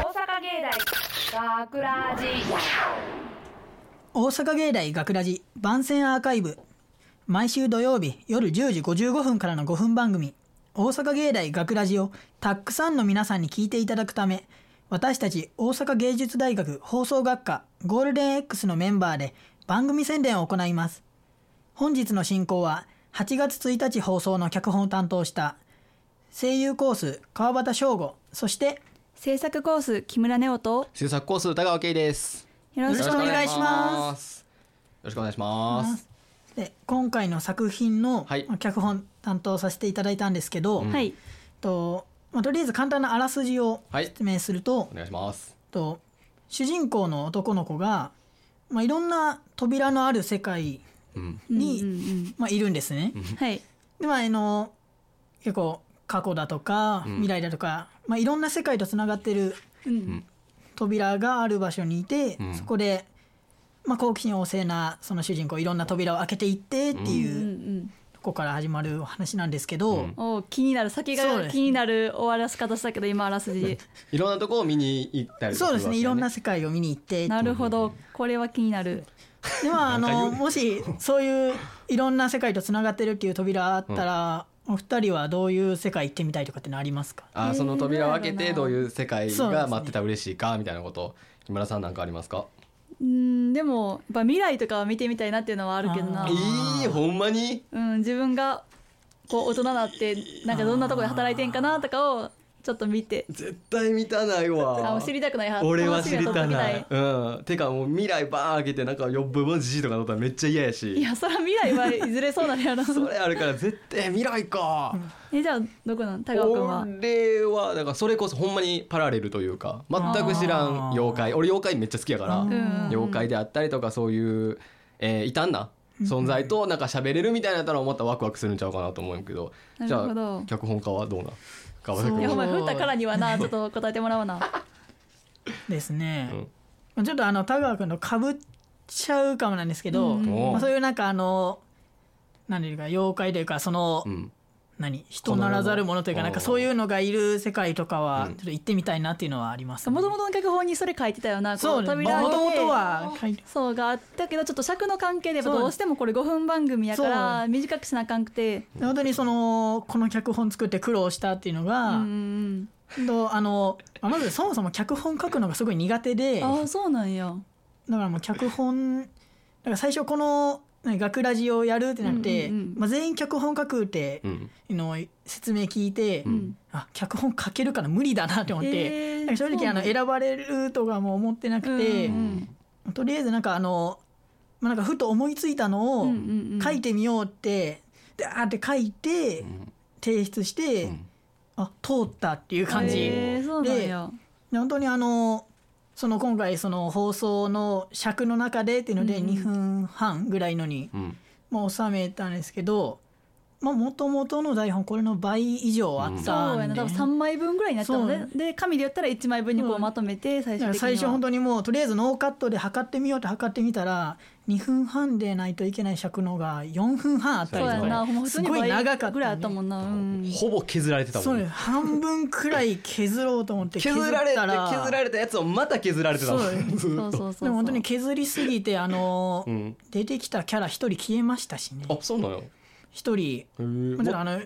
大学ラジ大阪芸大学ラジ番宣アーカイブ毎週土曜日夜10時55分からの5分番組「大阪芸大学ラジをたくさんの皆さんに聞いていただくため私たち大阪芸術大学放送学科ゴールデン X のメンバーで番組宣伝を行います本日の進行は8月1日放送の脚本を担当した声優コース川端翔吾そして制作コース木村ネオと制作コース歌川圭です。。よよろろししくくおお願い願いしますよろしくお願いします。で今回の作品のはい脚本担当させていただいたんですけど、うんはいとまあ、とりあえず簡単なあらすじをはい説明すると,、お願いします。と主人公の男の子が、まあ、いろんな扉のある世界、うん。にうんうんまあ、いるんですね。うんはいでまああの結構過去だとかうん未来だとか、まあ、いろんな世界とつながってるうん扉がある場所にいて、うんそこで、まあ、好奇心旺盛なその主人公いろんな扉を開けていってってうんういう、んとこから始まるお話なんですけど、うんお気になる先そうがです気になる終わらし方したけど今あらすじいろんなとこを見に行ったりそうですねいろんなす世界を見に行ってなるほどこれは気になるでまああなんか言のうねもしそういういろんな世界とつながってるっていう扉あったら、お二人はどういう世界行ってみたいとかってのありますかるわけね。あー、その扉を開けえてーどういう世界そうですがね待ってたら嬉しいかみたいなこと。木村さんなんかありますか。うんでもやっぱ未来とかは見てみたいなっていうのはあるけどなあえーー、ほんまに。うん自分がこう大人になってなんかどんなとこで働いてんかなとかをちょっと見て絶対見たないあわもう。知りたくないは俺は楽し知みりは取たっときない。うん。てかもう未来バーン開けてなんかよっぶぼじじとかだったらめっちゃ嫌やいし。やそれは未来はいずれそうなるやろそれあるから絶対未来か。 えじゃあどこなん田川君は俺はだからそれこそほんまにパラレルというか全く知らん妖怪俺妖怪めっちゃ好きやから、うん妖怪であったりとかそういう、えー、異端な存在となんか喋れるみたいなやったらもっとワクワクするんちゃうかなと思うんやけどなじるゃほどあ脚本家はどうなん川端そうい君やはお前振ったからにはなち ょっと答えてもらおうなですね、ちょっとあの田川君のかぶっちゃうかもなんですけど、うんおまあ、うそういうなんかあの何ていうか妖怪というかその、うん何人ならざる者というかこのなんかそういうのがいる世界とかはちょっと行ってみたいなっていうのはあります、もともとの脚本にそれ書いてたよなこそうねも扉開けてともとは書いてそうがあったけどちょっと尺の関係でやっぱそうどうしてもこれ5分番組やから短くしなあかんくて本当にそのこの脚本作って苦労したっていうのうが、んとあのまあまずそもそも脚本書くのがすごい苦手でだあかあそうなんやらもう脚本だから最初この何学ラジをやるってなって、うんうんうんまあ、全員脚本書くってう、んの説明聞いて、うんあ脚本書けるから無理だなって思って、へーなんか正そう直あなんの選ばれるとかも思ってなくて。うんとりあえずなんかあの、まあ、なんかふと思いついたのうをんうんうん書いてみようって、であーって書いてうん提出して、うんあ通ったっていう感じ、でへーそうなんや本当にあのその今回その放送の尺の中でっていうのでうんうん2分半ぐらいのに、うんまあ、収めたんですけどもともとの台本これの倍以上あっそうたんで、やな多分3枚分ぐらいになったのそねうで紙でやったら1枚分にこうまとめて最だから終的には最初本当にもうとりあえずノーカットで測ってみようって測ってみたら2分半でないといけない尺のが4分半あったそりうとやかなほんま普通にすごい倍長かったねぐらいあったもんなうんほぼ削られてたもそうでんす半分くらい削ろうと思って削られてた ら削られたやつをまた削られてたもんそうずそうっそうとそうそうでも本当に削りすぎてあのー、 うん出てきたキャラ1人消えましたしねあそうなのよへ1人えまあちょっとあの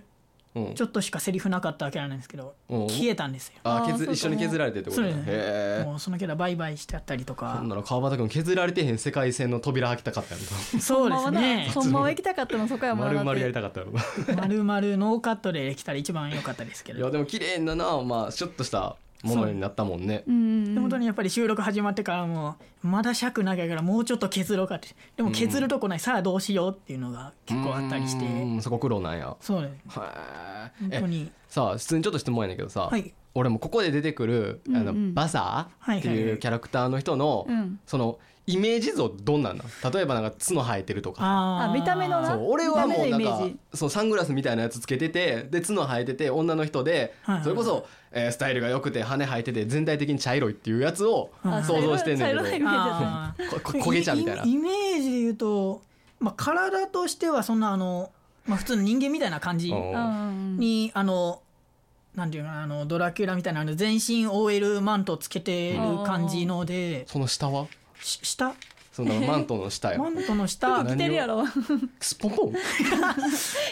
うんちょっとしかセリフなかったキャラなんですけどうん消えたんですよああー削そうか一緒に削られてってことそうねでへすねえもうそのキャラバイバイしてあったりとそかんなの川端君削られてへん世界線の扉開きたかったや ろそうですねほんまは行きたかったのそこやもんなな丸々やりだたかったやろな丸々ノーカットでできたら一番良かったですけいどやでも綺麗ななまあシュッとしたものになったもんねってうんうんで本当にやっぱり収録始まってからもまだ尺長いからもうちょっと削ろうかってでも削るとこない、さあどうしようっていうのが結構あったりしてうんそこ苦労なんやそうねは本当えにさあ普通にちょっと質問やねんけどさ、はい俺もここで出てくるあの、うんうんバサはいはいーっていうキャラクターの人の、うんそのイメージ像どんなんなん例えばなんか角生えてるとかあーあ見た目のそなう俺はもうなんダメなイメかージそうサングラスみたいなやつつけててで角生えてて女の人ではいはいそれこそ、えースタイルが良くて羽生えてて全体的に茶色いっていうやつをあ想像してんねん茶色けいどあーここ焦げ茶みたいなイイメージで言うと、まあ、体としてはそんなあの、まあ、普通の人間みたいな感じうんうんうんうんにあのなんていうのあのドラキュラみたいなあの全身 OL マントつけてる感じので、その下はし下その マントの下やマントの下何着てるやろスポポン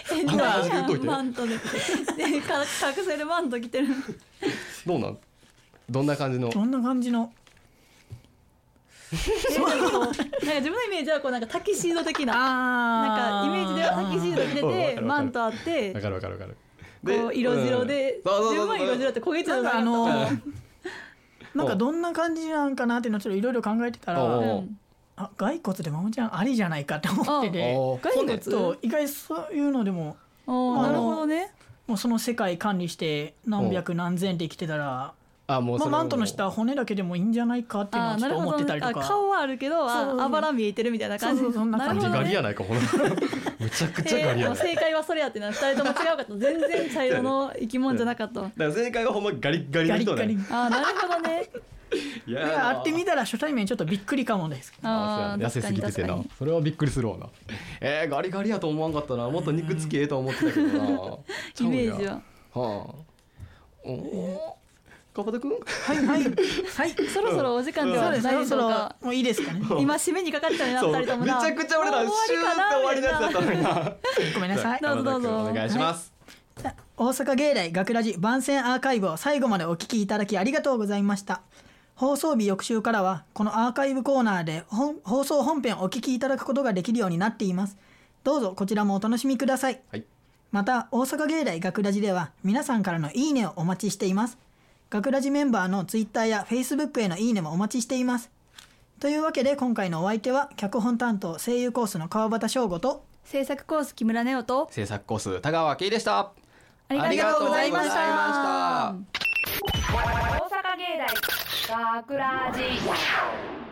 変なな話言っといてマントででか隠せるマント着てるどうなんどんな感じのどんな感じのえなんかこうなんか自分のイメージはこうなんかタキシード的なあなんかイメージではタキシード着うんわかてるわかてるマントあってわかるわかるわかるこう色白でうんそうそう自そ分うも色白って焦げちゃうなんかあのなーなんかどんな感じなんかなっていうのをちょっといろいろ考えてたおうらおううんあ骸骨でマモちゃんありじゃないかって思ってておう骸骨ちょっと意外にそういうのでもおーなるほどねもうその世界管理して何百何千って生きてたら、あもまうそあ、れはマもうントの下は骨だけでもいいんじゃないかっていうのあをーちょなっるとほ思ってどたねりあとか顔はあるけどそうそうそうああばら見えてるみたいな感じそうそうそんなな感るじほガどリやねないかほ らむちゃくちゃガリえー、やない正解はそれやってな2人とも違うかった 全然茶色の生き物じゃなかったわだから正解はほんまガリッガリガのリ人ッガねリあーなるほどねいやだから会ってみたら初対面ちょっとびっくりかもですあー痩せすぎてて確かなに確かそれはびっくりするわなえー、ガリガリやと思わんかったなもっと肉つきええと思ってたけどな ちゃイうんメやージははあおおかばたくんはいはいはいそろそろお時間でそうはですないそろでしそょうろかもういいですかね今締めにかかったよなそう2めち人ゃともなくちゃ俺らシもうューって終わりのやつだったの になごめんなさいどうぞどうぞ山田君お願いします、さあ大阪芸大学ラジ番宣アーカイブを最後までお聞きいただきありがとうございました放送日翌週からはこのアーカイブコーナーで本放送本編をお聞きいただくことができるようになっていますどうぞこちらもお楽しみくださいはいまた大阪芸大学ラジでは皆さんからのいいねをお待ちしています学ラジメンバーのツイッターやフェイスブックへのいいねもお待ちしていますというわけで今回のお相手は脚本担当声優コースの川端翔吾と制作コース木村ネオと制作コース田川圭でしたありがとうございましありがとうございましたた大阪芸大学ラジ